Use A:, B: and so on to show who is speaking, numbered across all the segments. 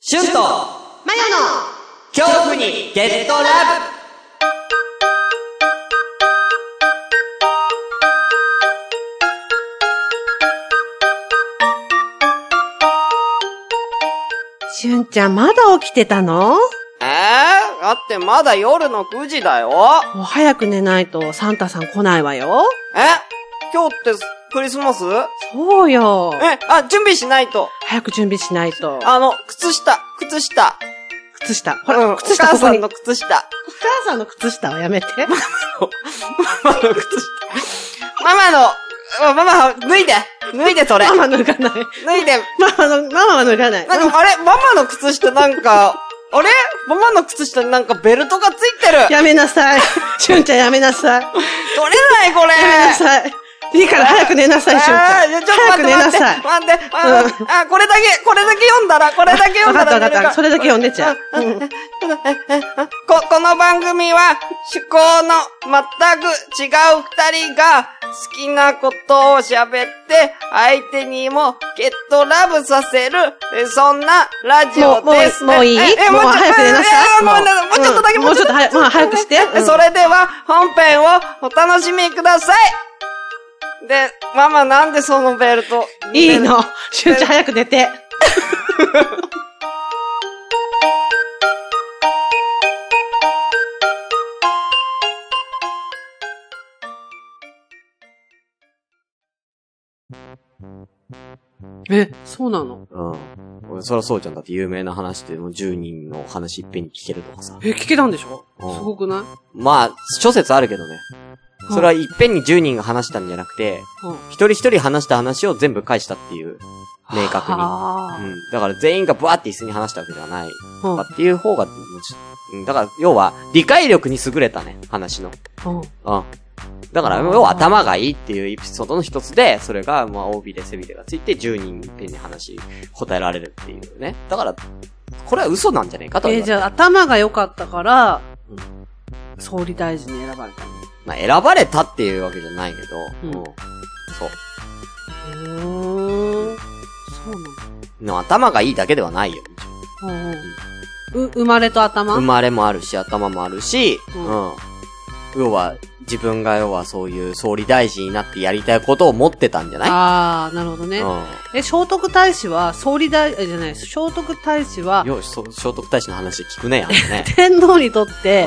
A: シュンと
B: マヨの
A: 恐怖にゲットラブ
B: しゅんちゃんまだ起きてたの
C: えー、だってまだ夜の9時だよ。
B: もう早く寝ないとサンタさん来ないわよ。
C: え今日ってクリスマスえ、
B: そうよ。
C: あ、準備しないと。
B: 早く準備しないと。
C: あの、靴下、靴下。
B: 靴下。ほら、
C: うん
B: 靴
C: お
B: 下
C: 母
B: ここ
C: さ
B: に。
C: ん
B: お
C: の靴下。
B: 母さんの靴下はやめて。
C: ママの靴下。ママの、あママ、脱いで脱い でそれ
B: ママ脱がない。
C: 脱いで
B: ママの、ママは脱がない。
C: なんか、あれママの靴下なんか、あれママの靴下になんかベルトがついてる取れ
B: やめなさい。しゅんちゃんやめなさい。や
C: ないこれ
B: めなさい。いいから早く寝なさい、しゅんち
C: あ
B: ゃ
C: あ
B: ん。
C: ー、ちょっと
B: 早
C: 待
B: く
C: っ
B: 寝
C: て
B: な
C: 待って
B: さい。
C: 待って。あーあー、これだけ、これだけ読んだら、これだけ読んだら。
B: わかったわかったそれだけ読んでちゃう
C: あああああこ、この番組は、趣向の全く違う二人が、好きなことを喋って、相手にもゲットラブさせる、えそんなラジオ
B: もうもう
C: です。
B: もういい
C: ええ
B: もう
C: ちょ
B: 早く寝なさい
C: えもうもうもうちょっとだけ、
B: うんもうちょっと早くまあ早くしてうん
C: それでは、本編をお楽しみください。で、ママなんでそのベルト
B: いい。の。しゅんちゃん早く寝て。 え、そうなの
C: うん。俺、そらそうじゃん。だって有名な話でもう10人の話いっぺんに聞けるとかさ。
B: え、聞けたんでしょす
C: うん
B: ごくない
C: まあ、諸説あるけどね。
B: うん
C: それはいっぺんに10人が話したんじゃなくて、
B: うん
C: 一人一人話した話を全部返したっていう、明確に。
B: は
C: うん。だから全員がブワーって一斉に話したわけではない。
B: あ
C: とかっていう方が、うん。だから、要は、理解力に優れたね、話の。
B: うんうん
C: うん。だから、要は頭がいいっていうエピソードの一つで、それが、まあ、OB で背びれがついて、10人いっぺんに話、答えられるっていうね。だから、これは嘘なんじゃねえかとは
B: え
C: 言わ
B: じ
C: れ
B: ゃあ頭が良かったから
C: う、
B: 総理大臣に選ばれたの
C: まあ、選ばれたっていうわけじゃないけど、
B: うん
C: そう。
B: へーそうなの
C: の頭がいいだけではないよ。
B: うんうんう、生まれと頭
C: 生まれもあるし、頭もあるし、う
B: うん
C: ん。要は、自分が要はそういう総理大臣になってやりたいことを持ってたんじゃない
B: ああ、なるほどね。
C: う
B: え、聖徳太子は、総理大、えじゃない、聖徳太子は。
C: ん。、よし、そ聖徳太子の話聞くね、あんたね
B: 天皇にとって、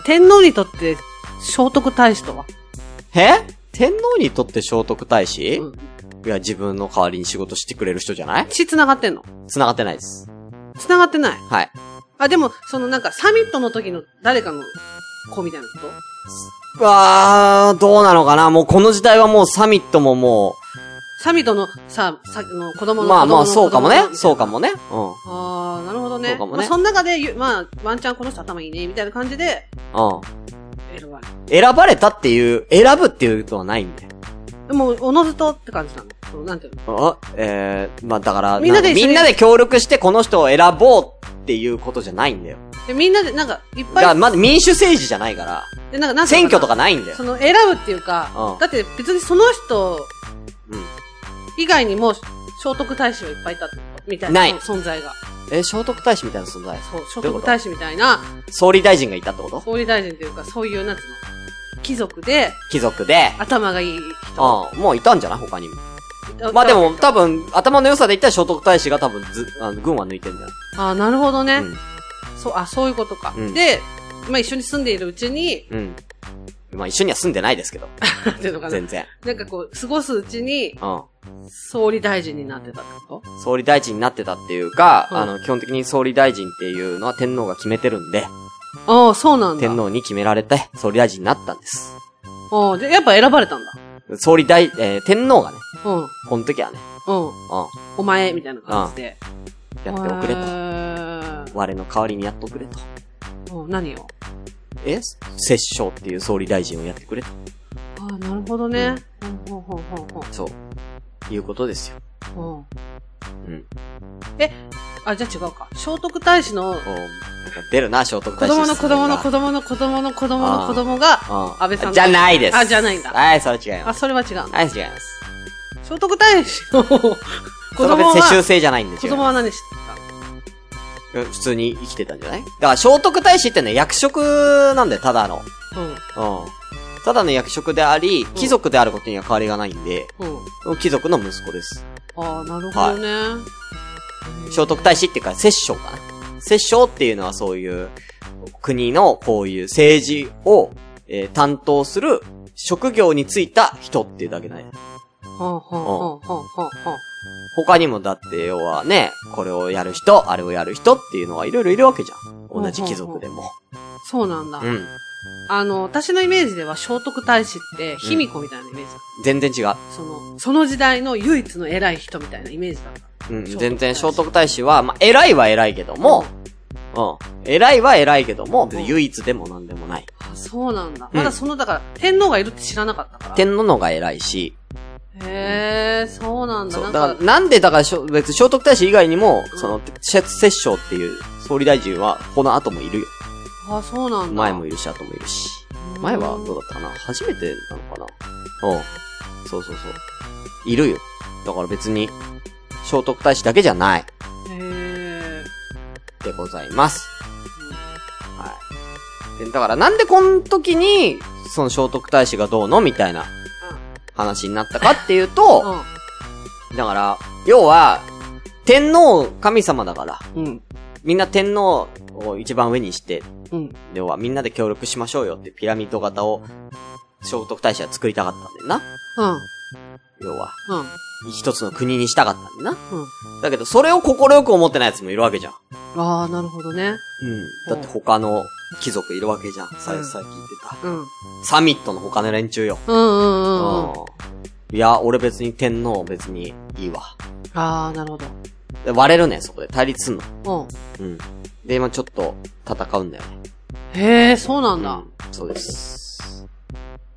C: う
B: 天皇にとって、聖徳太子とは、
C: ん、え天皇にとって聖徳太子、
B: うん
C: いや、自分の代わりに仕事してくれる人じゃない
B: 血繋がってんの
C: 繋がってないです。
B: 繋がってない。
C: はい。
B: あ、でも、そのなんか、サミットの時の誰かの子みたいなこと
C: うわー、どうなのかなもうこの時代はもうサミットもも
B: サミットのさ、さの子
C: う、
B: 供の
C: まあまあそうかもね。そうか
B: も。
C: もね。うん。
B: ああ、なるほど
C: そ
B: ね。
C: うかも
B: ま
C: ね
B: あ、その中でゆ、まあ、ワンチャンこの人頭いいね、みたいな感じで、
C: うん。
B: 選ばれ
C: 選ばれたっていう、選ぶっていうことはないんで。
B: る。でも、おのずとって感じなの。そのなんていうの
C: あ、えー、まあだから、
B: みんなで
C: か
B: 一緒に
C: みんなで協力してこの人を選ぼうっていうことじゃないんだよ。
B: でみんなで、なんか、いっ
C: だから
B: ぱい、
C: まだ民主政治じゃないから、
B: でなんか、なんていう
C: 選
B: の
C: 挙とかないんだよ
B: そ。の選ぶっていうか、
C: うん
B: だって別にその人
C: うん。
B: 以外にも聖徳太子がいっぱいいたってことみたいな
C: ない
B: 存在が。
C: え、聖徳太子みたいな存在
B: そう、聖
C: どうい
B: 徳
C: うこと
B: 太子みたいな、
C: 総理大臣がいたってこと
B: 総理大臣というか、そういう、なんつうの、貴族で、
C: 貴族で。
B: 頭がいい人。
C: うん。もういたんじゃない他にも。まあで。も、多分、頭の良さで言ったら聖徳太子が多分ず、あの、軍は抜いてんだよ。
B: ああ、なるほどね、
C: うん
B: そう、あ、そういうことか。
C: うん
B: で、まあ一緒に住んでいるうちに、
C: うん。まあ一緒には住んでないですけど、
B: なんていうのかな。
C: 全然。
B: なんかこう、過ごすうちに、
C: うん。
B: 総理大臣になってたってこ
C: 総理大臣になってたっていうか、
B: うん
C: あの、基本的に総理大臣っていうのは天皇が決めてるんで、
B: とああ、そうなんだ。
C: 天皇に決められて、総理大臣になったんです。
B: ああ、で、やっぱ選ばれたんだ。
C: 総理大、えー天皇がね、
B: うん。うん。
C: この時はね、う
B: お前、みたいな感じで。
C: ん、やっておくれ
B: へ
C: と。
B: ー
C: 我の代わりにやっておくれと。
B: うん何を
C: え摂政っていう総理大臣をやってくれと。
B: ああ、なるほどね。ほんほんほんほん
C: そう。いうことですよ。
B: ほんうん
C: うん。
B: あ、じゃあ違うか。聖徳太子の
C: おなんか出るな、聖
B: 子
C: 徳太子
B: 供の子供の子
C: 供。
B: 供の子供の子供の
C: あー
B: 子供が、
C: うん。
B: 安倍さんの
C: じゃないです。
B: あじゃないんだ
C: はい、それは違いま
B: あ、
C: す。
B: それは違うの。
C: はい、違います。
B: 聖徳太子の子
C: それ
B: 供
C: は別世襲
B: は、
C: 制じゃないんで
B: 子
C: すよ。
B: 供は何して
C: うん普通に生きてたんじゃないだから、聖徳太子ってね、役職なんだよ、ただの。うん。ただの役職であり、貴族であることには変わりがないんで、
B: うん。うん。
C: 貴族の息子です。
B: ああ、なるほどね。
C: 聖徳太子っていうか、摂政かな。摂政っていうのはそういう、国のこういう政治を、えー担当する職業に就いた人っていうだけだね。
B: はあ、はあ、はあ、はあ、はあ。
C: 他にもだって要はね、これをやる人、あれをやる人っていうのはいろいろいるわけじゃん。同じ貴族でも。
B: そうなんだ。
C: うん。
B: あの、私のイメージでは聖徳太子って、卑弥呼みたいなイメージだっ
C: 全然違う。
B: た。その、その時代の唯一の偉い人みたいなイメージだった。
C: うん。
B: 聖徳太子
C: 全然聖徳太子は、まあ、偉いは偉いけども、うん。偉いは偉いけども、別に唯一でもなんでもない。
B: あ、そうなんだ。
C: うん
B: まだその、だから、天皇がいるって知らなかったから。
C: 天皇の方が偉いし、
B: へえ、そうなんだ。
C: そ
B: な
C: う。
B: ん
C: だ
B: か、
C: から、なんでだからしょ、別に聖徳太子以外にも、その、せ摂政っていう総理大臣は、この後もいるよ。
B: あ、そうなんだ。
C: 前もいるし、後もいるし。
B: うん
C: 前はどうだったかな初めてなのかなうん。そうそうそう。いるよ。だから別に、聖徳太子だけじゃない。
B: へえ。
C: でございます。はい。でだからなんでこの時に、その聖徳太子がどうのみたいな話になったかっていう
B: う
C: と、
B: ん。
C: だから、要は、天皇神様だから、
B: うん。
C: みんな天皇を一番上にして、
B: うん。
C: 要はみんなで協力しましょうよってピラミッド型を聖徳太子は作りたかったんだよな。
B: うん。
C: 要は、
B: うん。
C: 一つの国にしたかったんだな。
B: うん。
C: だけど、それを快く思ってない奴もいるわけじゃん。
B: ああ、なるほどね。
C: うん。だって他の貴族いるわけじゃん。さ、さっき言ってた。
B: うん。
C: サミットの他の連中よ。
B: うんうんうんうん。
C: うん。いや、俺別に天皇別にいいわ。
B: ああ、なるほど。
C: で割れるね、そこで。対立すんの。
B: うん。
C: うん。で、今ちょっと戦うんだよね。
B: へえ、そうなんだ。
C: うんそうです。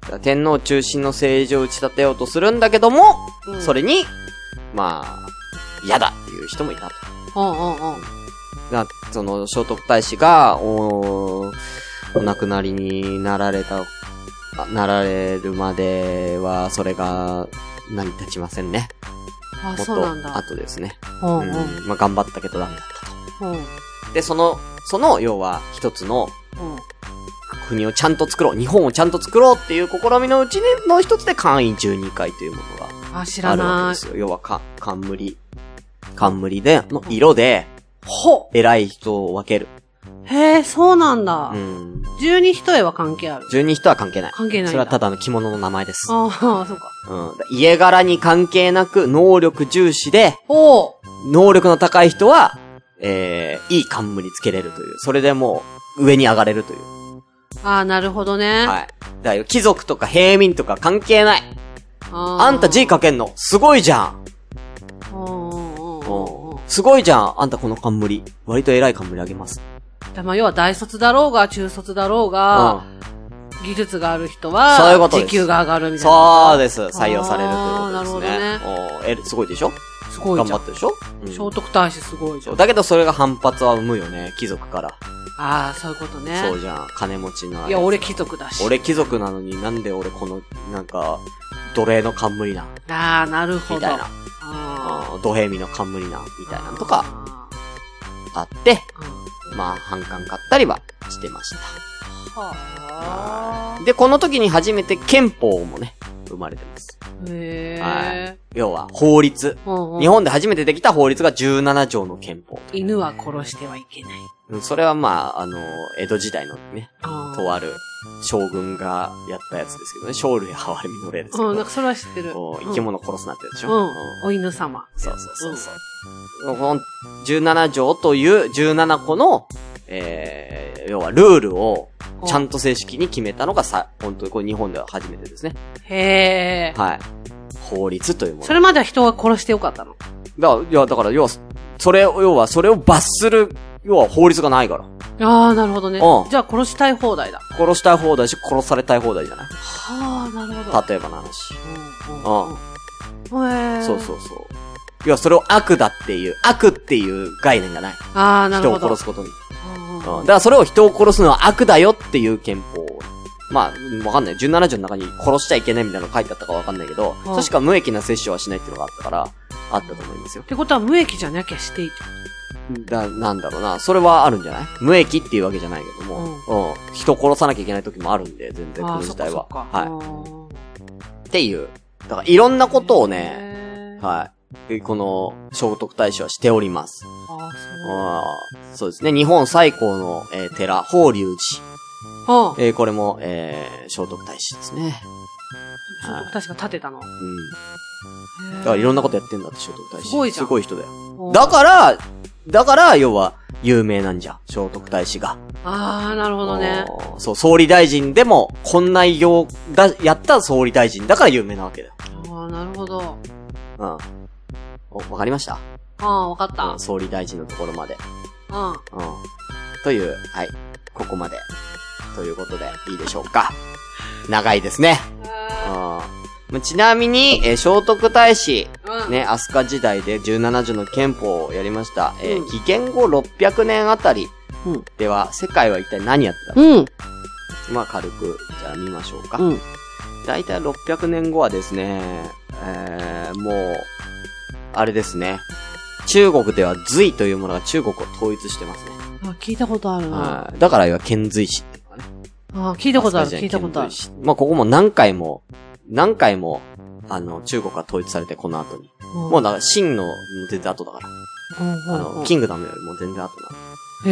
C: だから天皇中心の政治を打ち立てようとするんだけども、
B: うん
C: それに、まあ、嫌だっていう人もいたと。
B: うんうんうん。
C: な、その、聖徳太子が、お、お亡くなりになられた、あなられるまでは、それが、成り立ちませんね。
B: あ、
C: もっ
B: そうなん
C: と、
B: だ。
C: 後ですね。
B: うん
C: う
B: うん。
C: ん。まあ、頑張ったけどダメだった
B: うん。うん。
C: と。で、その、その、要は、一つの国をちゃんと作ろう、日本をちゃんと作ろうっていう試みのうちにの一つで簡易12回というものが
B: あ、知ら
C: あるわけ
B: な
C: で
B: い
C: す。よ。要はか、冠。冠で、の色で、
B: ほ
C: 偉い人を分ける。
B: へえ、そうなんだ
C: う。ん。
B: 十二一重は関係ある。
C: 十二人は関係ない。
B: 関係ないんだ
C: それはただの着物の名前です。
B: ああ、そうか。
C: うん。家柄に関係なく、能力重視で、
B: おお。
C: 能力の高い人は、えー、いい冠つけれるという。それでもう、上に上がれるという。
B: ああ、なるほどね。
C: はい。だよ、貴族とか平民とか関係ない。
B: あー
C: あんた字書けんの、すごいじゃん。
B: うんうんうんうん
C: う
B: うんん。。
C: すごいじゃん。あんたこの冠。割と偉い冠あげます。
B: でまあ、要は大卒だろうが、中卒だろう
C: う
B: が、
C: ん。
B: 技術がある人
C: そういう
B: は
C: こ、とです
B: 時給が上がるみたい
C: そう
B: な。
C: です。採用されるということですね。
B: あーなる
C: おーえ、すごいでしょ
B: そう。すごい
C: 頑
B: じ
C: 張
B: ゃ
C: っ
B: ん。
C: てるでしょ、うん
B: 聖徳太子すごいじ
C: そ
B: ゃ。
C: うんだけどそれが反発は生むよね。貴族から。
B: ああ、そういうことね。
C: そうじゃん。金持ちのあれ。
B: いや、俺貴族だし。
C: 俺貴族なのになんで俺この、なんか、奴隷の冠なん
B: ああ、なるほど。
C: みたいな。
B: あ
C: あー奴隷身の冠なんみ
B: ー
C: たいなのとか、あって、
B: あーうん
C: まあ反感買ったりはしてまし
B: は
C: た。
B: あ。
C: で、この時に初めて憲法もね、生まれてます。
B: へ
C: は
B: え。
C: 要は法律。
B: うんうん
C: 日本で初めてできた法律が17条の憲法。
B: 犬は殺してはいけない。
C: うんそれはまあ、あの、江戸時代のね、
B: あー
C: とある将軍がやったやつですけどね、生類憐れみの例ですけ
B: うん、
C: ど
B: なんかそれは知ってる。
C: こう
B: うん
C: 生き物殺すなってやつでしょ、
B: うん
C: うん。
B: お犬様。
C: そうそうそうそう。この17条という17個の、えー、要はルールをちゃんと正式に決めたのがさ、本当にこれ日本では初めてですね。
B: へえ。
C: はい。法律というもの。
B: それまでは人が殺してよかったの。
C: だから、いや、だから、要は、それを、要は、それを罰する、要は法律がないから。
B: ああ、なるほどね
C: うん。
B: じゃあ殺したい放題だ。
C: 殺したい放題し、殺されたい放題じゃない
B: はあ、なるほど。
C: 例えばの話。
B: うんうんうん。へえ。
C: そうそうそう。要は、それを悪だっていう、悪っていう概念がない。
B: ああ、なる
C: 人を
B: ほど。
C: 殺すことに。
B: うんうん
C: うんだからそれを人を殺すのは悪だよっていう憲法。まあ、わかんない。17条の中に殺しちゃいけないみたいなの書いてあったかわかんないけど、
B: うん
C: 確か無益な摂取はしないっていうのがあったから、あったと思いますよ
B: っ。てことは無益じゃなきゃしていいってこ。
C: だ、なんだろうな。それはあるんじゃない無益っていうわけじゃないけども、うん。人殺さなきゃいけない時もあるんで、全然この時代は。はいい。っていう。だから、いろんなことをね、
B: ねい。
C: はい。えこの、聖徳太子はしております。
B: あ
C: うんそうですね。日本最高の、えー寺、法隆
B: ー、そう。
C: 寺。えーこれも、えー聖徳太子ですね。
B: ああ、確か立てたの。
C: うん。だからいろんなことやってんだって、聖徳太子。
B: すごいじゃん
C: すごい人だよ。だから、だから、要は、有名なんじゃん。聖徳太子が。
B: ああ、なるほどね。
C: あーそう、総理大臣でも、こんな偉業だ、やった総理大臣だから有名なわけだよ。
B: ああ、なるほど。
C: うん。おわかりました
B: ああ、わかった。う
C: うん総理大臣のところまで。
B: ん。
C: うん。という、はい。ここまで。ということで、いいでしょうか。長いですね。うんま。ちなみに、えー聖徳太子、
B: うん。
C: ね、飛鳥時代で17条の憲法をやりました。えー
B: うん
C: 紀元後600年あたり
B: うん
C: では、世界は一体何やってたの
B: うん。
C: まあ、軽く、じゃあ見ましょうか。
B: うん。
C: 大体600年後はですね、えー、もう、あれですね。中国では隋というものが中国を統一してますね。
B: あ、聞いたことあるな。
C: はいだから今、遣隋使っていうのがね。
B: ああ、聞いたことある、
C: 飛鳥
B: 聞いた
C: 時代
B: こ
C: に
B: とある
C: 遣隋。使まあ、ここも何回も、何回も、あの、中国が統一されて、この後に。もうだから、秦の全然後だから。あの、キングダムよりも全然後なの。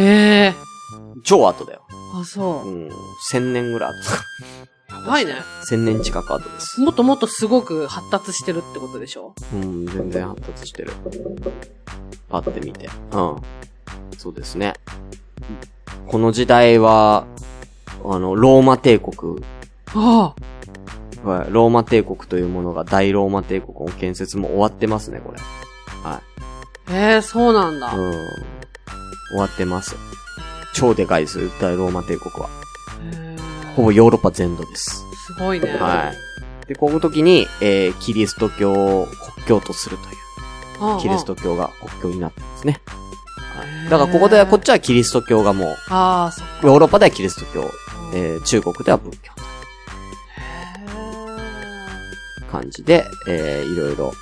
B: へえ。
C: 超後だよ。
B: あ、そうう。
C: ん、千年ぐらい
B: やばいね。
C: 後。千年近く後です。
B: もっともっとすごく発達してるってことでしょ
C: うん、全然発達してる。パって見て。うん。そうですね。この時代は、あの、ローマ帝国
B: あ
C: は、ローマ帝国というものが大ローマ帝国の建設も終わってますね、これ。
B: あ。ええ、そうなんだ。へ
C: うん。終わってます。超でかいです、大ローマ帝国は。
B: え
C: ほぼヨーロッパ全土です。
B: すごいね。
C: はい。で、この時に、えー、キリスト教を国教とするという。
B: い
C: キリスト教が国教になってますね。
B: へ
C: はい
B: ー
C: だからここで、こっちはキリスト教がもう、
B: ああ、そっか。
C: ヨーロッパではキリスト教、
B: へ
C: えー、中国では仏教と
B: え
C: いう感じで、えー、いろいろ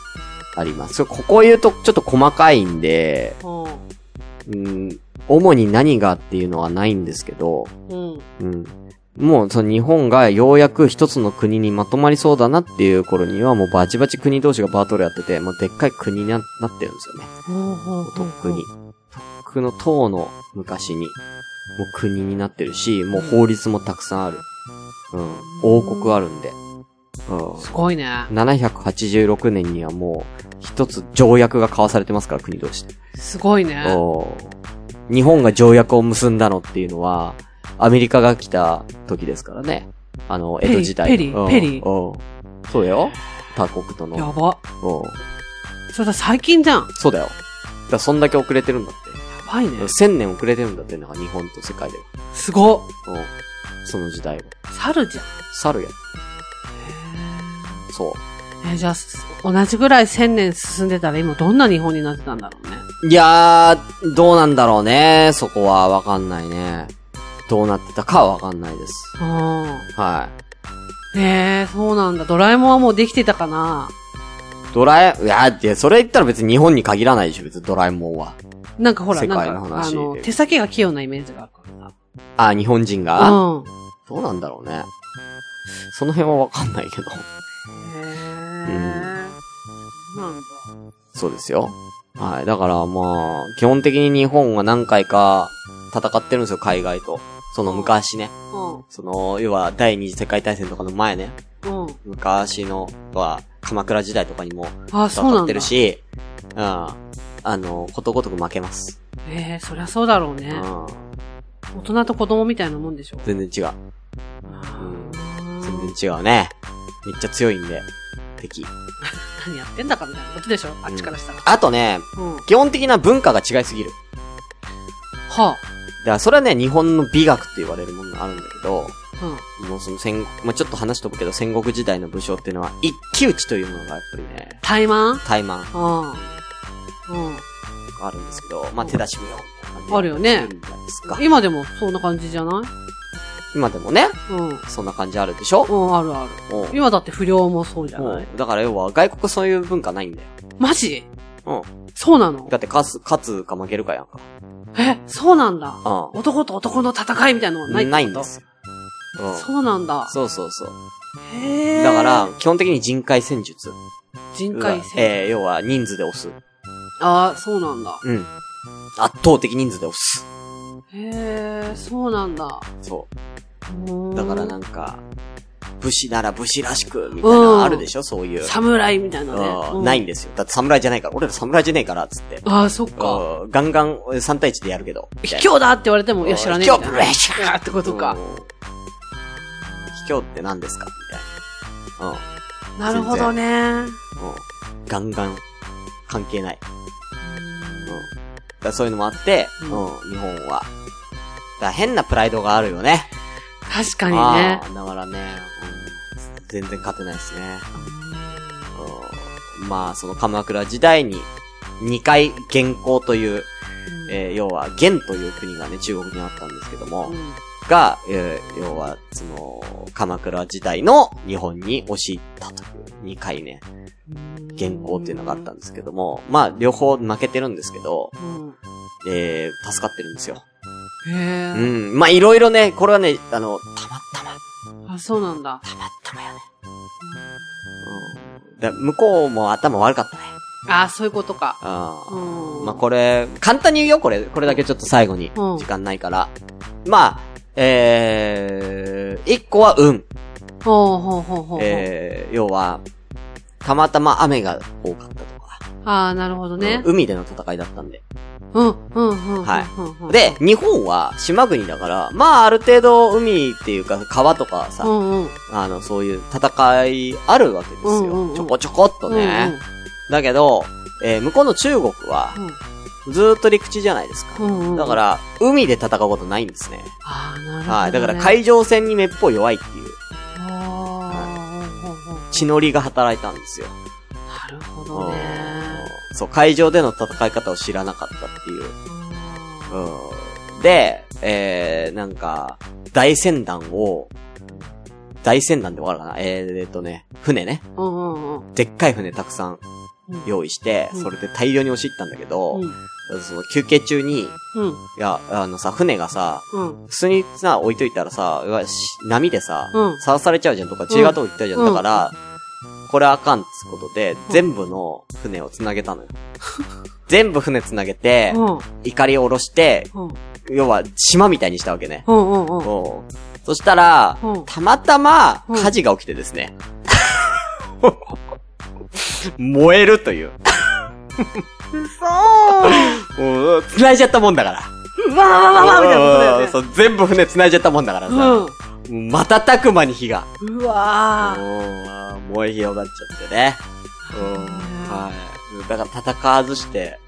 C: あります。ここ言うとちょっと細かいんで、
B: う
C: うん、主に何がっていうのはないんですけど、
B: ん。うん。
C: うん。もう、その日本がようやく一つの国にまとまりそうだなっていう頃には、もうバチバチ国同士がバトルやってて、もうでっかい国にななってるんですよね。
B: ほうほうほうほ
C: と
B: う
C: っくに。。とっくの唐の昔に、もう国になってるし、もう法律もたくさんある。うん。王国あるんで。う
B: すごいね。
C: ん。786年にはもう、一つ条約が交わされてますから、国同士で。
B: すごいね。
C: おー日本が条約を結んだのっていうのは、アメリカが来た時ですからね。あの、
B: ペリ
C: 江戸時代
B: ペリ
C: うん
B: ペリ
C: うんそうだよ。他国と
B: や
C: の。
B: ば。
C: うん
B: それだ、最近じゃん。や
C: そうだよ。だからそんだけ遅れてるんだって。
B: ばいね。
C: 千年遅れてるんだって、なんか日本と世界では。
B: すごっ。
C: うん。その時代は。
B: 猿じゃん。
C: 猿や。そ
B: えーじゃあ、す同じぐらい千年進んでたら今どんな日本になってたんだろうね。
C: う。いやー、どうなんだろうね。そこはわかんないね。どうなってたかはわかんないです。
B: う
C: は。
B: ん。えー、そうなんだ。ドラえもんはもうできてたかない
C: ドラえ、いや、で、それ言ったら別に日本に限らないでしょ、別にドラえもんは。
B: なんかほら、
C: 世
B: な
C: 界の
B: んか、あ
C: 話
B: の、手先が器用なイメージがあるか
C: あ、日本人
B: らさ。
C: が、
B: うん。
C: どうなんだろうね。その辺はわかんないけど。
B: へー。なんだ。
C: そうですよ。はい。だからまあ、基本的に日本は何回か戦ってるんですよ、海外と。その昔ね。
B: う
C: その、要は第二次世界大戦とかの前ね。
B: ん。うん。
C: 昔のは鎌倉時代とかにも
B: あ、そう
C: 戦
B: な
C: っ
B: ん
C: て
B: だ。
C: るし、うん。あの、ことごとく負けます。
B: えー、そりゃそうだろう
C: う
B: ね。
C: ん。
B: 大人と子供みたいなもんでしょ。
C: 全然違う。
B: うん
C: 全然違うね。めっちゃ強いんで、敵。
B: 何やってんだかみたいなことでしょあっちからしたら。
C: あとね、
B: うん。は
C: 基本的な文化が違いすぎる。
B: あ。
C: だからそれはね、日本の美学って言われるものがあるんだけど、
B: うん。
C: もうその戦国、まあ、ちょっと話飛ぶけど、戦国時代の武将っていうのは、一騎打ちというものがやっぱりね、
B: 怠慢
C: 怠慢
B: うん。うん。
C: があるんですけど、まあ、手出し無用みたいな感じで
B: あるよね
C: するんじゃないですか。
B: 今でもそんな感じじゃない
C: 今でもね、
B: うん。
C: そんな感じあるでしょ
B: うん、あるある。
C: うん
B: 今だって不良もそうじゃない
C: うんだから要は外国そういう文化ないんだよ。
B: マジ
C: うん。
B: そうなの
C: だって勝つ、勝つか負けるかやんか。
B: え、そうなんだ。
C: あ
B: 男と男の戦いみたいなのはな
C: あ。
B: いってこと
C: ないんですよ。うん。
B: そうなんだ。
C: そうそうそう。
B: へえ。
C: だか、ら、基本的に人海戦術。
B: 人海戦。
C: えー、要は人数で押す。
B: ああ、そうなんだ。
C: うん。圧倒的人数で押す。
B: へえ、そうなんだ。
C: そうう。
B: ん
C: だからなんか、武士なら武士らしく、みたいなのあるでしょそういう。
B: 侍みたいなね。
C: う
B: うんん
C: ないんですよ。だって侍じゃないから。俺ら侍じゃねえから、つって。
B: ああ、そっか。
C: うんガンガン3対1でやるけど。みたいな
B: 卑怯だって言われても、いや、知らねえみたいな。
C: 卑怯ブレーシャー
B: いやってことか。
C: うん。卑怯って何ですかみたいな。
B: なるほどね。
C: うん。うん。ガンガン、関係ない。うん。だからそういうのもあって、う、
B: うんん
C: 日本は。だから変なプライドがあるよね。
B: 確かにね
C: あ。ーだからね、うん、全然勝てないですね。うんまあ、その鎌倉時代に、2回元寇という、えー要は元という国がね、中国にあったんですけども、
B: うん
C: が、えー要は、その、鎌倉時代の日本に押し入ったという、2回ね、元寇っていうのがあったんですけども、まあ、両方負けてるんですけど、
B: うん
C: えー、助かってるんですよ。
B: へ
C: う
B: え。
C: ん。まあ、いろいろね、これはね、あの、たまたま、
B: あ、そうなんだ。
C: たまたまやね。うん。だ向こうも頭悪かったね。
B: ああ、そういうことか。
C: あ
B: う
C: ー
B: ん。
C: まあ、これ、簡単に言うよ、これ。これだけちょっと最後に。
B: うん
C: 時間ないから。まあ、えー、一個は運。
B: ほうほうほうほうほう。
C: えー、要は、たまたま雨が多かったとか、
B: ああ、なるほどね。
C: 海での戦いだったんで。
B: うん、うん、うん。
C: はい
B: い
C: で、、日本は島国だから、まあある程度海っていうか川とか
B: う
C: さ、
B: ん、うん。
C: あの、そういう戦いあるわけですよ。
B: うんうんうん
C: ちょこちょこっとね。だけど、えー向こうの中国は、ずーっと陸地じゃないですか。
B: うんうんうん
C: だから、海で戦うことないんですね。
B: ああ、なるほどね。
C: はい。だから海上戦にめっぽい弱いっていう
B: あーほうほうほう
C: 血のりが働いたんですよ。
B: なるほどね。
C: うんそう、海上での戦い方を知らなかったっていう。うんで、えー、なんか、大船団を、大船団でわかるかなえー、えーっとね、船ね。
B: うんうんうん。
C: でっかい船たくさん
B: うん
C: 用意して、
B: うん
C: それで大量に押し入ったんだけど、
B: うん。
C: その休憩中に、い
B: うん。
C: や、あのさ、船がさ、
B: うん。
C: 普通にさ、置いといたらさ、うわし波でさ、
B: うん
C: さらされちゃうじゃんとか、血がとか言ったじゃん。
B: うん
C: だから、これあかんってことで、
B: うん
C: 全部の船を繋げたのよ。 全部船繋げて、
B: うん。
C: 怒りを下ろして、
B: うん。
C: 要は島みたいにしたわけね。
B: うんうんうん。
C: うんそしたら
B: うん、
C: たまたま
B: うん
C: 火事が起きてですね。 燃えるという。そう繋いじゃったもんだから。
B: わわわわわみたいなことだよね。
C: そう全部船繋いじゃったもんだからさ。もう瞬く間に火が。
B: うん。うわ
C: うん燃え広がっちゃってね。うんはい。だから戦わずして。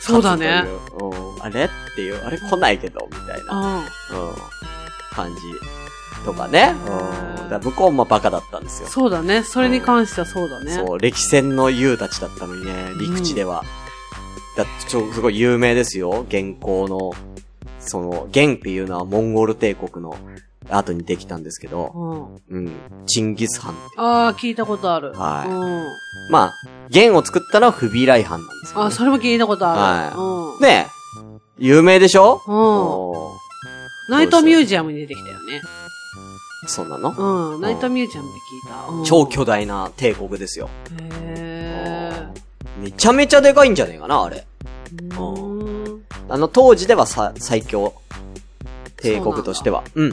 B: そうだね
C: 勝つという。うんあれっていう、あれ来ないけど、みたいな。
B: ー。
C: うん、感じとかね。うん、だから向こうもバカだったんです
B: う
C: よ
B: ん。。そうだね。それに関してはそうだね。
C: そう、歴戦の優たちだったのにね、陸地では。だって、ちょ、すごい有名ですよ。元寇の、その、元っていうのはモンゴル帝国の後にできたんですけど、
B: うん。
C: うん、チンギスハンって。
B: ああ、聞いたことある。
C: はい
B: うん。
C: まあ、元を作ったのはフビライハンなんですよ、ね。
B: あ、それも聞いたことある。
C: う。ねえ有名でしょ
B: うん。うん。
C: おー
B: ナイトミュージアムに出てきたよね。
C: そんなの、
B: うん。ナイトミュージアムで聞いた。うん
C: 超巨大な帝国ですよ。
B: へ
C: めちゃめちゃでかいんじゃねえかな、あれ。
B: ーうん。
C: あの、当時ではさ、最強。帝国としては。うん。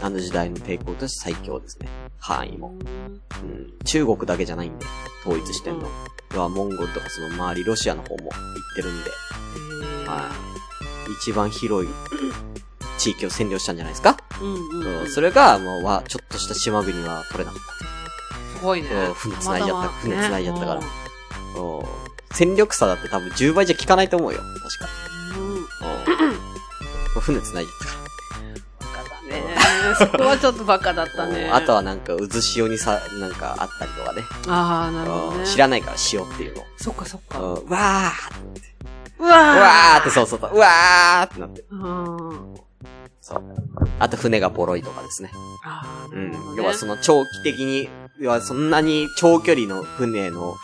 C: あの時代の帝国として最強ですね。範囲も。うん。中国だけじゃないんで、統一してんの。は、モンゴルとかその周り、ロシアの方も行ってるんで、はい。一番広い地域を占領したんじゃないですか、
B: い。うんうん
C: う、
B: うんん。
C: それが、もう、わちょっとした島国は取れなかった。
B: すごいね
C: うん。船繋いじゃった船繋いじゃったから
B: ね
C: うん戦力差だって多分10倍じゃ効かないと思うよ。確か。
B: うんうん。
C: うん。船繋いでたか
B: バカだね。 そこはちょっとバカだった
C: ら。
B: ね。
C: うんあとはなんか、渦潮にさ、なんかあったりとかね。
B: ああ、なるほど
C: うん
B: ね。
C: 知らないから塩っていうの。
B: そっかそっか。
C: う
B: うんわー
C: うわーうわーってそうそうそう。うわーってなって。
B: うん。
C: そう。あと船がボロいとかですね。
B: ああ、
C: う
B: なるほ
C: ん。
B: どね。
C: 要はその長期的にはそんなに長距離の船の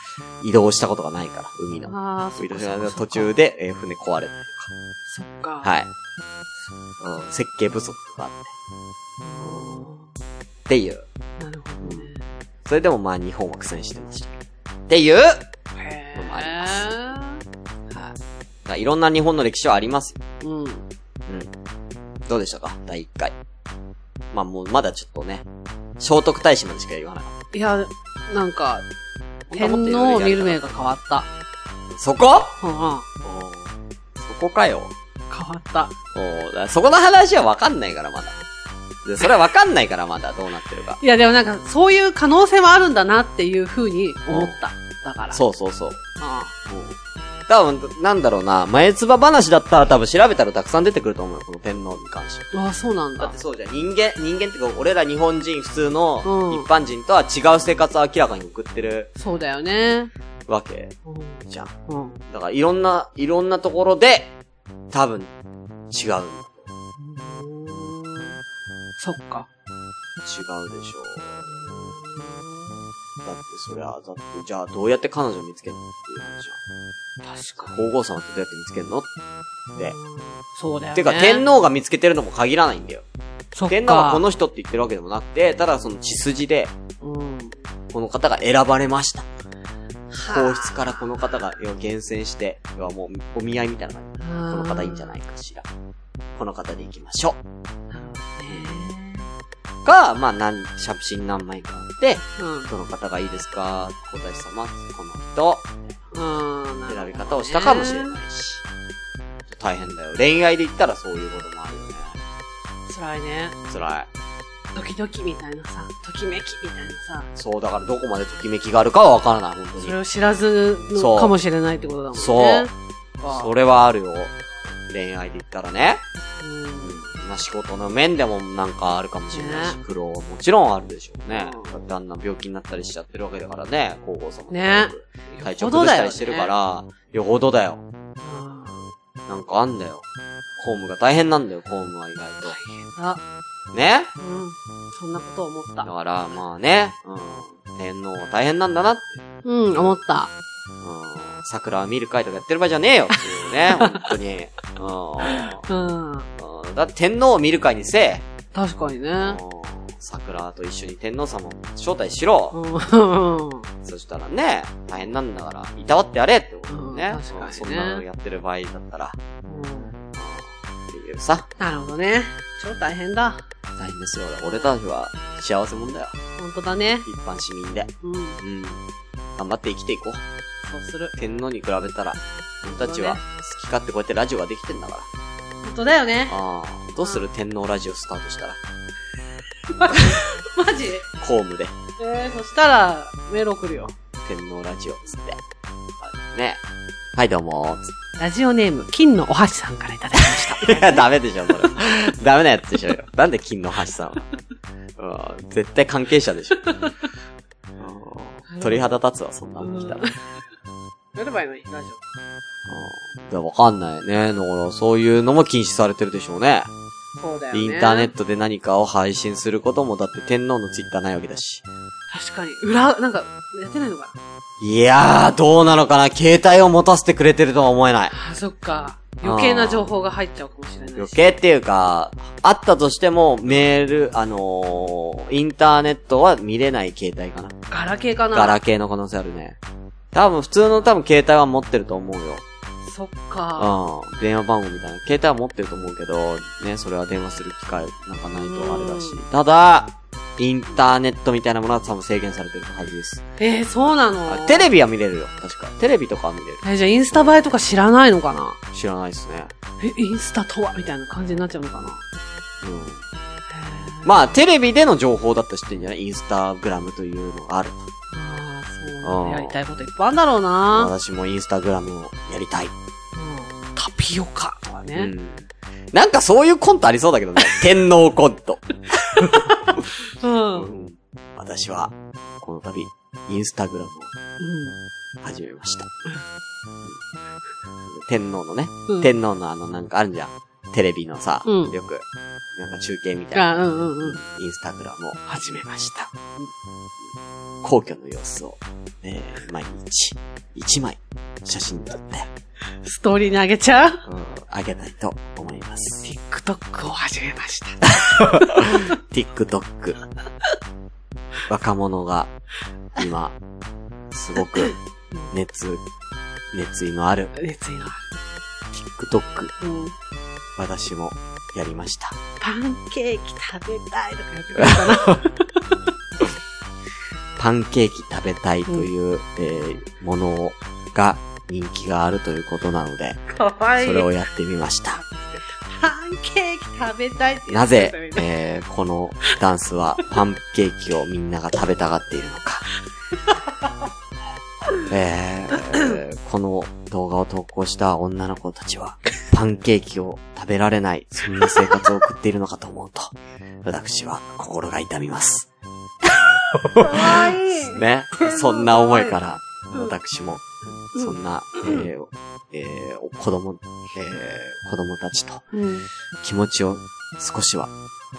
C: 移動をしたことがないから、海の。
B: ああ、そ
C: 海
B: っか
C: の
B: そっかそっか
C: 途中で、えー船壊れたり
B: そっか。
C: とか。はい。うん、設計不足とかあって。っていう。
B: なるほどね。
C: それでもまあ日本は苦戦してました。っていう、
B: へ
C: のもあり
B: え。
C: まあいろんな日本の歴史はありますよ。
B: うん。
C: うん。どうでしたか第1回。まあもうまだちょっとね、聖徳太子までしか言わなかっ
B: いや、なんか、
C: た。
B: 天皇を見る目が変わった。
C: そこ
B: うんうん。
C: そこかよ。
B: 変わった。
C: おーだからそこの話はわかんないからまだ。で、それはわかんないからまだどうなってるか。
B: いや、でもなんか、そういう可能性もあるんだなっていうふうに思った。だから。う。
C: そうそうそう。
B: あ
C: 多分、なんだろうな、前唾話だったら多分調べたらたくさん出てくると思うよ、この天皇に関して。
B: あ、そうなん
C: だ
B: だ
C: って。そうじゃん。人間、人間ってか、俺ら日本人普通の
B: うん
C: 一般人とは違う生活を明らかに送ってる
B: そうだよね。
C: わけ
B: うん。
C: じゃん。
B: うん。
C: だからいろんな、いろんなところで、多分、違う。違う
B: そっか。
C: でしょう。だってそりゃ、だって、じゃあどうやって彼女を見つけるのっていう話じ
B: 確
C: ゃ
B: か
C: ん。
B: に。
C: 皇后様ってどうやって見つけるのって。
B: そうだよね。
C: てか、天皇が見つけてるのも限らないんだよ。
B: そっか、
C: 天皇はこの人って言ってるわけでもなくて、ただその血筋で、
B: うん、
C: この方が選ばれました。皇
B: 皇
C: 室からこの方が要は厳選して、要はもうお見合いみたいな感じ。
B: こ
C: この方いいんじゃ
B: ない
C: ないかしら。この方で行きましょ
B: なるほ
C: う。か、まあ何、写真何枚かあって、
B: どね
C: どの方がいいですか皇太子様、この人、
B: うん。うん。なるほどね
C: 選び方をしたかもしれないし。大変だよ。恋愛で言ったらそういうこともあるよね。
B: 辛いね。
C: 辛い。
B: ドキドキみたいなさ、ときめきみたいなさ、
C: そう、だからどこまでときめきがあるかはわからない、本当に
B: そ。れを知らず
C: そ
B: の
C: う
B: かもしれないってことだもんね。
C: そう
B: か
C: それはあるよ。恋愛で言ったらね。
B: うん。
C: まあ、仕事の面でもなんかあるかもしれないし、
B: ね
C: 苦労はもちろんあるでしょうね
B: うん。
C: だってあんな病気になったりしちゃってるわけだからね、皇后様も
B: ね
C: 体調崩したりしてるか
B: よ
C: ら、よほどだ
B: ほ
C: よ。
B: どだよね。うん
C: なんかあんだよ。公務が大変なんだよ、公務は意外
B: 大変だ。
C: と。ね
B: うん。そんなこと思っ
C: だ
B: た。
C: から、まあね、うん。天皇は大変なんだなって。
B: うん、思った。
C: うん。桜を見る会とかやってる場合じゃねえよってい うね、本当に。
B: うん。
C: うんうん。だって天皇を見る会にせえ。
B: 確かにね。
C: うん桜と一緒に天皇様を招待しろ。
B: うん。
C: そしたらね、大変なんだから、いたわってやれってことだよね。
B: うん確かにね
C: そんなのやってる場合だったら、
B: うん
C: っていうさ、
B: なるほどね。超大変だ。
C: 大変ですよ。俺たちは幸せもんだよ。
B: 本当だね。
C: 一般市民で。
B: うん。
C: うん。頑張って生きていこう。
B: そうする。
C: 天皇に比べたら、俺たちは
B: そ
C: 好き勝手こうやってラジオができてんだから。
B: 本当だよね。
C: ああ、どうする天皇ラジオスタートしたら、
B: マジ
C: 公務で
B: えー、そしたら、メール送るよ。
C: 天皇ラジオっつって。あね。はい、どうもーっつって
B: ラジオネーム、金のおはしさんからいただきました。
C: いや、ダメでしょ、それ。ダメなやつでしょよ。なんで金の橋さんは。うん、絶対関係者でしょ。うん鳥肌立つわ、そんなの来たら。うん
B: やればいいのに、ラジ
C: でもわかんないね。だから、そういうのも禁止されてるでしょうね。
B: オ。そうだよね。
C: インターネットで何かを配信することも、だって天皇のツイッターないわけだし。
B: 確かに。裏、なんか、やってないのか
C: いやー、どうなのかな。携帯を持たせてくれてるとは思えない。
B: なあ、そっか。余計な情報が入っちゃうかもしれないし。
C: 余計っていうか、あったとしても、メール、あのーインターネットは見れない携帯かな。
B: ガラケーかな
C: ガラケーの可能性あるね。多分、普通の多分携帯は持ってると思うよ。
B: そっか。
C: うん。電話番号みたいな。携帯は持ってると思うけど、ね、それは電話する機会なんかないとあれだし
B: うん。
C: ただ、インターネットみたいなものは多分制限されてるはずです。
B: えー、そうな
C: あ
B: の
C: テレビは見れるよ。確か。テレビとかは見れる。
B: えー、じゃあインスタ映えとか知らないのかな
C: 知らないですね。
B: え、インスタとはみたいな感じになっちゃうのかな
C: うん。まあ、テレビでの情報だったら知ってんじゃないインスタグラムというのがあると。
B: ああ、そうなんだ。
C: うん
B: やりたいこといっぱいあんだろうな。
C: 私もインスタグラムをやりたい。
B: うんタピオカとかね。
C: うん。なんかそういうコントありそうだけどね。天皇コント。
B: うん。うん。
C: うん私は、この度、インスタグラムを始め ました。天皇のね、
B: うん
C: 天皇のあの、なんかあるじゃん。テレビのさ、
B: うん
C: よく、なんか中継みたいな、
B: あ、うんうんうん。
C: インスタグラムを始めました。皇居の様子を、えー、毎日、一枚、写真撮って、
B: ストーリーにあげちゃう
C: うん、あげたいと思います。
B: ?TikTok を始めました。
C: TikTok。若者が、今、すごく、熱、熱意のある
B: 熱意のあ
C: TikTok。
B: る。うん。
C: 私も、やりました。
B: パンケーキ食べたいとかやってくれるか な。
C: パンケーキ食べたいという、えーものが、人気があるということなので、
B: かわいい。
C: それをやってみました。
B: パンケーキ食べたいって言
C: な
B: ってた
C: ぜ
B: み、たい
C: えーこのダンス はパンケーキをみんなが食べたがっているのか。えーこの動画を投稿した女の子たちは、パンケーキを食べられない、そんな生活を送っているのかと思うと、私は心が痛みます。
B: かわいい。
C: ね。そんな思いから、
B: うん
C: 私も、そんな、えーえー子供、えー子供たちと
B: うん。
C: 気持ちを少しは、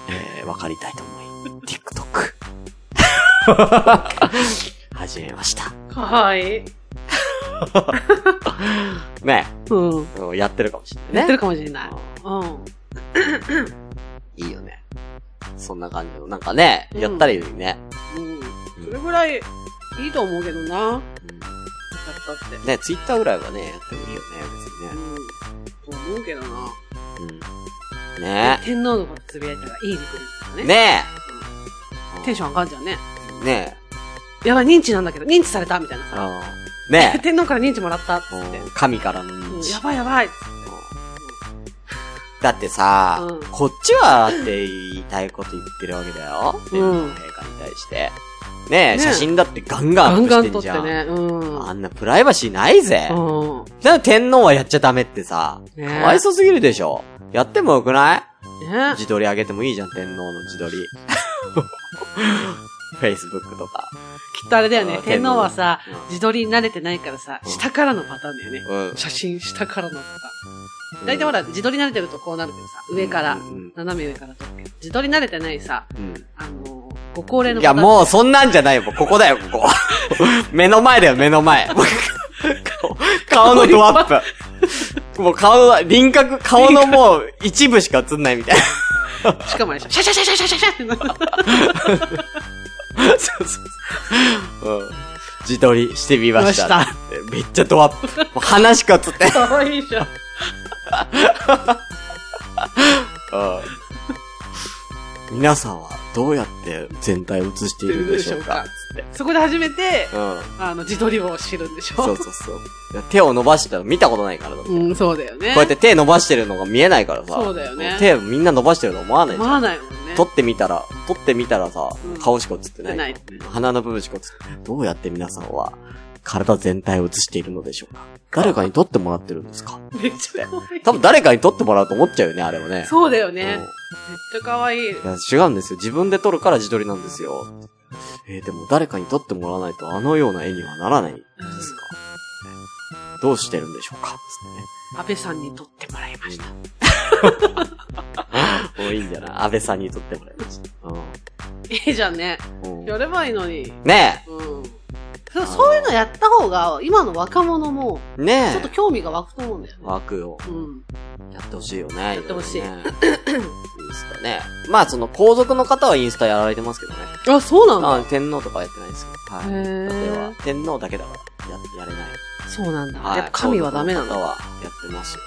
C: えー、わかりたいと思い、TikTok。始めました。
B: かわいい。
C: ね
B: うん。
C: え、やってるかもしれないね。
B: やってるかもしれない。うん。
C: いいよね。そんな感じの、なんかね、
B: うん
C: やったらいいね。
B: うん。それぐらいいいと思うけどな。やっ
C: う
B: た
C: ん
B: って。
C: ね、Twitter ぐらいはね、やってもいいよ
B: うん。
C: ね、
B: と思うけどな。
C: 別にね。うん。ね
B: 天皇のことつぶやいたらいいねくれるからね。
C: え。ね
B: テンション上がるじゃんね。
C: え。ねえ。
B: やばい、認知なんだけど、認知されたみたいなさ。
C: あー ね
B: 天皇から認知もらったっつ
C: え。
B: って。
C: うん神からの認
B: うん
C: 知
B: や。ばいやばい。
C: だってさ、
B: うん
C: こっちはだって言いたいこと言ってるわけだよ。
B: うん
C: 映画に対して。ねえ、
B: ね
C: 写真だってガンガン
B: ガ
C: ア
B: ンガ
C: ップ
B: ン
C: して
B: 撮って
C: んじゃん。
B: ね。うん。
C: あんなプライバシーないぜ。
B: うん。
C: なんで天皇はやっちゃダメってさ、
B: ね
C: かわいそうすぎるでしょ。やってもよくない
B: ね
C: 自撮りあげてもいいじゃん、天皇の 自撮り。Facebook とか。
B: きっとあれだよね
C: うん。
B: 天皇はさ
C: 天皇うん、
B: 自撮りに慣れてないからさ、
C: うん
B: 下からのパターンだよね。
C: うん。
B: 写真下からのパターン。だいたいほら、自撮り慣れてるとこうなるけどさ、上から
C: うんうんうん、
B: 斜め上から撮るけど、自撮り慣れてないさ、
C: うん
B: あのー、ご高齢の
C: いや、
B: 方
C: もうそんなんじゃないよ。ここだよ、ここ。目の前だよ、目の 前。顔のドアップ。もう顔は、輪郭、顔のもう一部しか映んないみたいな。
B: しかもあれでしょ、シャシャシャシャシャシャシャってなる。
C: そうそうそううん自撮りしてみました。
B: ま
C: めっちゃドアップ。もう鼻しか映ってない。
B: かわいいじゃん。
C: うん皆さんはどうやって全体を映しているでしょうかつって。
B: そこで初めて、
C: うん。
B: あの、自撮りを知るんでしょ。
C: そうそうそう。いや手を伸ばしたの見たことないからだもん
B: うん、そうだよね。
C: こうやって手伸ばしてるのが見えないからさ。
B: そうだよね
C: 手みんな伸ばしてると思わないじ
B: 思
C: ゃん。
B: わないもんね。
C: 撮ってみたら、撮ってみたらさ
B: うん、
C: 顔しか映ってない。
B: ない
C: 鼻の部分しか映ってない。どうやって皆さんは、体全体を映しているのでしょうか誰かに撮ってもらってるんですか
B: めっちゃ可愛い。
C: 多分誰かに撮ってもらうと思っちゃうよね、あれはね。
B: そうだよ
C: うん
B: ね。めっちゃ可愛い。
C: いや、違うんですよ。自分で撮るから自撮りなんですよ。えー、でも誰かに撮ってもらわないとあのような絵にはならないんですか、どうしてるんでしょうか
B: 安倍さんに撮ってもらいました。
C: つって ね。もういいんじゃない安倍さんに撮ってもらいました。う
B: いいじゃんね。
C: ん。うん
B: やればいいのに。
C: ね
B: うん。そうそういうのやった方が、今の若者も、
C: えね
B: ちょっと
C: え
B: 興味が湧くと思うんだよね。
C: ワークを
B: うん。
C: やってほしいよね。
B: やってほしい
C: ろいろねインスタね。まあ、その、皇族の方はインスタやられてますけどね。
B: あ、そうな
C: あ天皇とかはやってないですけ
B: へ
C: ど。はい。
B: え
C: だっては、天皇だけだから、や、やれない。
B: そうなんだ。
C: はい
B: やっぱ神はダメなん
C: 皇
B: だ。
C: 族の方はやってますよ。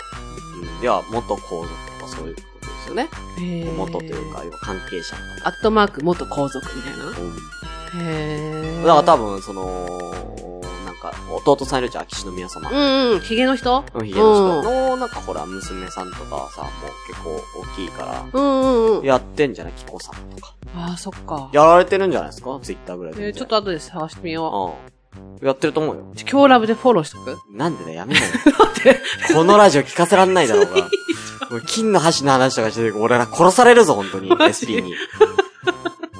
C: うん。では、元皇族とかそういうことですよね。
B: へえ
C: 元というか、要は関係者の
B: アットマーク元皇族みたいな。
C: 方。
B: へ
C: う
B: え
C: ん。だから多分、その、なんか、弟さんいるじゃん、秋篠宮様。
B: うんうん、ヒゲの人
C: うん。ヒゲの人の、なんかほら、娘さんとかはさ、もう結構大きいから、
B: うんうんうん。
C: やってんじゃない紀子さんとか。
B: ああ、そっか。
C: やられてるんじゃないですかツイッターぐらいで。
B: えー、ちょっと後で探してみよ
C: うん。やってると思うよ。
B: う。ちょ今日ラブでフォローしとく
C: なんでだよやめなよ。このラジオ聞かせらんないだろう が。もう金の箸の話とかしてる俺ら殺されるぞ、本当に。
B: マジ
C: SP に。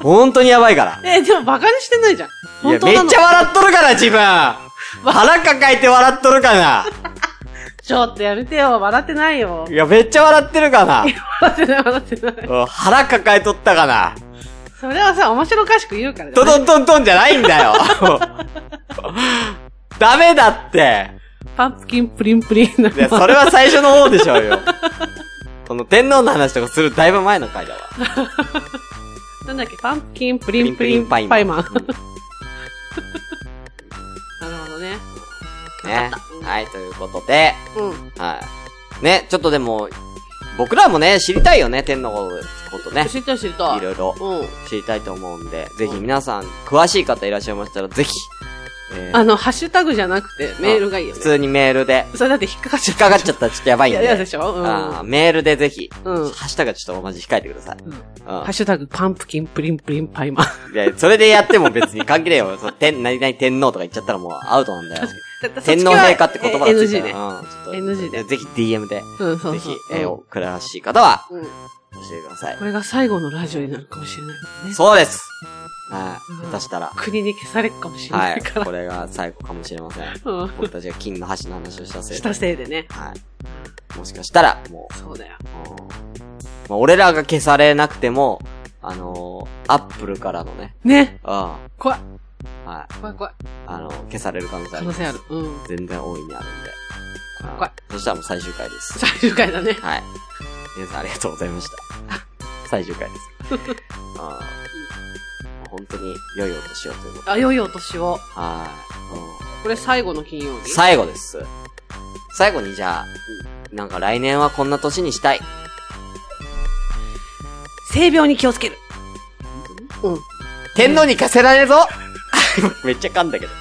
C: 本当にやばいから。
B: えー、でもバカにしてないじゃん。
C: い
B: 本
C: や、
B: 当
C: め
B: な
C: っ
B: の
C: ちゃ笑っとるから、自分。腹抱えて笑っとるから。
B: ちょっとやめてよ。笑ってないよ
C: い。や、めっちゃ笑ってるかな。
B: 笑ってない、笑ってない。
C: うん腹抱えとったかな。
B: それはさ、面白おかしく言うから
C: ト
B: だ
C: ト
B: ね
C: ントントンじゃないんだ よ。ダメだって。
B: パンプキンプリンプリンの。
C: いや、それは最初の方でしょう よ。この天皇の話とかするだいぶ前の回だわ。
B: なんだっけ、パンプキンプリンプリンパイマン。なるほ どね。
C: ね。はい、ということで、
B: うん。
C: はい。ね、ちょっとでも、僕らもね、知りたいよね、天皇のことね。
B: 知りたい知りたい。
C: いろいろ
B: うん。
C: 知りたいと思うんで、ぜひ皆さん、詳しい方いらっしゃいましたら、ぜひ、えー
B: あの、ハッシュタグじゃなくて、メールがいいよ
C: 普
B: ね。
C: 通にメールで、
B: それだって引っかかっちゃ
C: 引
B: っ。
C: ったかかっちゃったらちょっとやばいん
B: や、やで
C: で、
B: しょうん。
C: あー
B: ハ
C: メールでぜひ、
B: うん
C: ハッシュタグちょっとおマジ控えてください。
B: うん
C: うん
B: ッシュタグ、パンプキンプリンプリンパイマン。
C: いや、それでやっても別に関係ねえよ。その天、何々天皇とか言っちゃったらもうアウトなんだよ。天皇陛下って言葉がつい
B: NG
C: て
B: ね。
C: うん、ちょっと
B: NG で
C: ぜひ DM で、
B: うん、そう
C: ぜ
B: そ
C: ひ
B: う。、
C: えー、
B: うん
C: お詳しい方は、
B: うん
C: 教えてください
B: こ。れが最後のラジオになるかもしれないもんね。
C: そうですは
B: う
C: い。
B: ん
C: 下手したら。
B: 国に消されるかもしれ
C: は。
B: ないいから。
C: これが最後かもしれません。
B: うん。
C: 僕たちが金の箸の話をしたせい
B: し
C: で。
B: たせいでね。
C: はい。もしかしたら、も
B: そうだよ。
C: う、うんまあ、俺らが消されなくても、あのー、アップルからのね、
B: ね。
C: うん。は
B: 怖い。
C: い。あ
B: 怖い怖い。
C: のー、消される可能性あ
B: 可
C: り
B: 能
C: ます
B: 性ある。うん。
C: 全然大いにあるんで。うん
B: 怖い
C: そしたらもう最終回 です。
B: 最終回だね。
C: はい。皆さんありがとうございました。 最終回です。あー本当に良いお年をということで。
B: あ、良いお年を。
C: はいうん。
B: これ最後の金曜日。
C: 最後です。最後にじゃあ、なんか来年はこんな年にしたい。
B: 性病に気をつける。うん。
C: 天皇に課せられ るぞめっちゃ噛んだけど。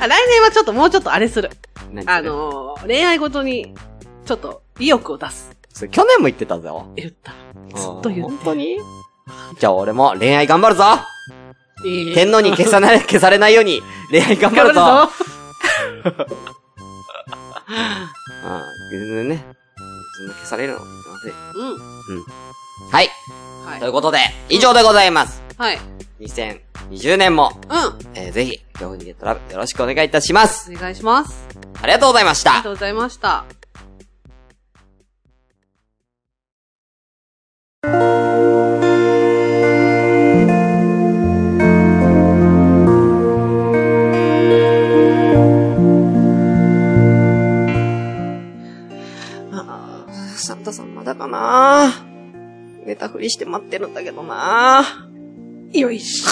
B: あ来年はちょっともうちょっとあれする。
C: 何それ
B: あ、のー、恋愛ごとに、ちょっと意欲を出す。
C: それ去年も言ってたぞ。
B: 言った。
C: ず
B: ずっと言って
C: 本当にじゃあ俺も恋愛頑張るぞ
B: いい
C: 天皇に消さない、消されないように恋愛頑張
B: 頑張
C: る
B: る
C: ぞ
B: ぞ。
C: うん。全然ね。そんな消されるのまずい。
B: うん。
C: はい。
B: はい
C: とい。うことで、以上でございます。
B: はい。
C: 2020年も、
B: う
C: えーぜひ、今日にゲットラブよろしくお願いいたします。
B: ん。お願いします。
C: ありがとうございまし
B: あり
C: た
B: がと。うございました。
A: あーサンタさんまだかな寝たふりして待ってるんだけどな
B: よいし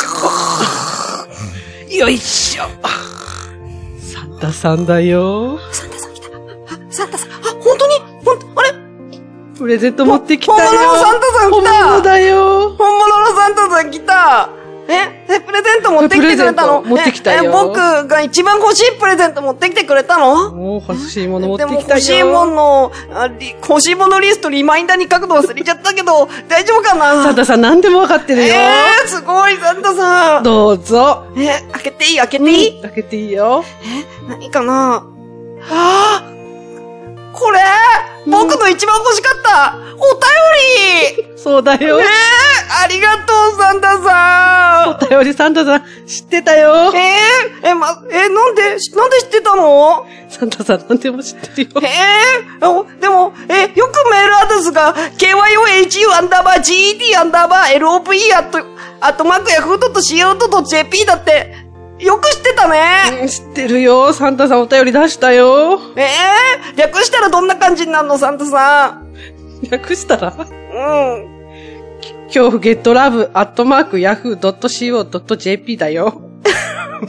B: ょ。よいしょ。サンタさんだよ。
A: サンタさん来た。あ、サンタさん、あ、本当にほんと、あれ
B: プレゼント持ってきた
A: 本
B: よ。
A: 物のサンタさん来た
B: 本物だよ。
A: 本物のサンタさん来たええ、プレゼント持ってきてくれたの
B: プレゼント持ってきたよ
A: ええ、僕が一番欲しいプレゼント持ってきてくれたの
B: もう欲しいもの持って
A: で
B: きた
A: も
B: よ。
A: 欲しいもの、あり欲しいものリストリマインダーに書くの忘れちゃったけど、大丈夫かな
B: サンタさん何でも分かってるよ。
A: えー、すごい、サンタさん。
B: どうぞ。
A: え、開けていい開けていい、
B: 開けていいよ。
A: 何かなああこれ僕の一番欲しかったお便り
B: そうだ
A: え
B: よ
A: え。ありがとう、サンタさ
B: お便りサンタさん知ってたよ
A: んえ。ええ、ま、え、なんで、しなんで知ってたの
B: サンタさん何でも知ってるよ
A: え。えおでも、え、よくメールアドレスが、kyohu アンダーバー ged アンダーバー lope アット、アットマークヤフー .co.jp だって、よく知ってたね。
B: うん知ってるよ。サンタさんお便り出したよ。
A: ええ略したらどんな感じになるの、サンタさん。
B: 略したら
A: うん。
B: 恐怖ゲットラブアットマークヤフー .co.jp だよ。
A: えー、よ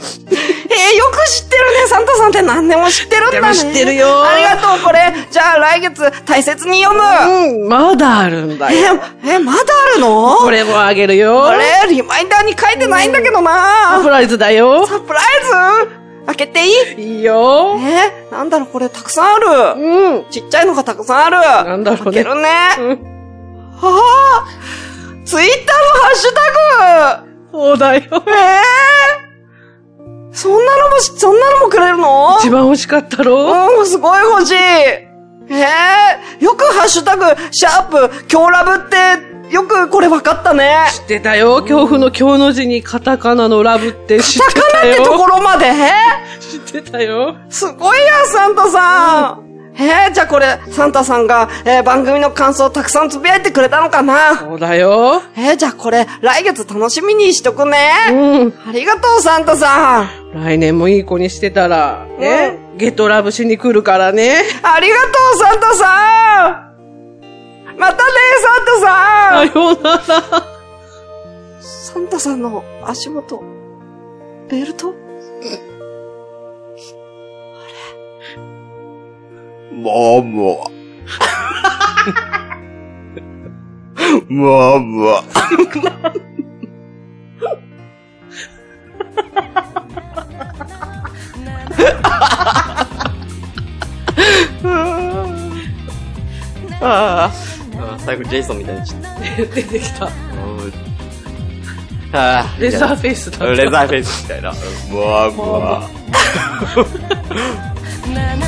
A: く知ってるね。サンタさんって何でも知ってるんだね。
B: でも知ってるよ
A: ありがとう、これ。じゃあ来月大切に読む。
B: うん、まだあるんだ
A: え
B: よ。
A: ー、えー、まだあるの
B: これもあげるよ。
A: あれリマインダーに書いてないんだけど
B: サプ
A: な。
B: ライズだよ。
A: サプライズ開けていい
B: いいよ。
A: えー、なんだろう、これたくさんある。
B: うん。
A: ちっちゃいのがたくさんある。
B: なんだろう
A: 開け
B: ね。
A: るね。
B: うん。
A: はぁツイッターのハッシュタグ
B: そうだよ。
A: えー、そんなのもし、そんなのもくれるの
B: 一番欲しかったろ
A: うん、すごい欲しい。ええよくハッシュタグ、シャープ、今日ラブってよくこれ分かったね。
B: 知ってたよ。恐怖の恐の字にカタカナのラブって知ってた
A: ってと
B: よ。
A: ころまで、
B: 知ってたよ。
A: すごいやん、サンタさん。えー、じゃあこれ、サンタさんが、えー番組の感想をたくさんつぶやいてくれたのかな
B: そうだよ。
A: えー、じゃあこれ、来月楽しみにしとくね。
B: うん。
A: ありがとう、サンタさん。
B: 来年もいい子にしてたら、ね、ゲットラブしに来るからね。
A: ありがとう、サンタさん。またね、サンタさん。
B: さようなら。
A: サンタさんの足元、ベルト
D: ママ。ママ。
C: ああ。最後ジェイソンみたいにちょっと。
B: 出てきた。
C: ああ。
B: レザーフェイスだった。
C: レザーフェイスみたいな。
D: ママ。
E: na na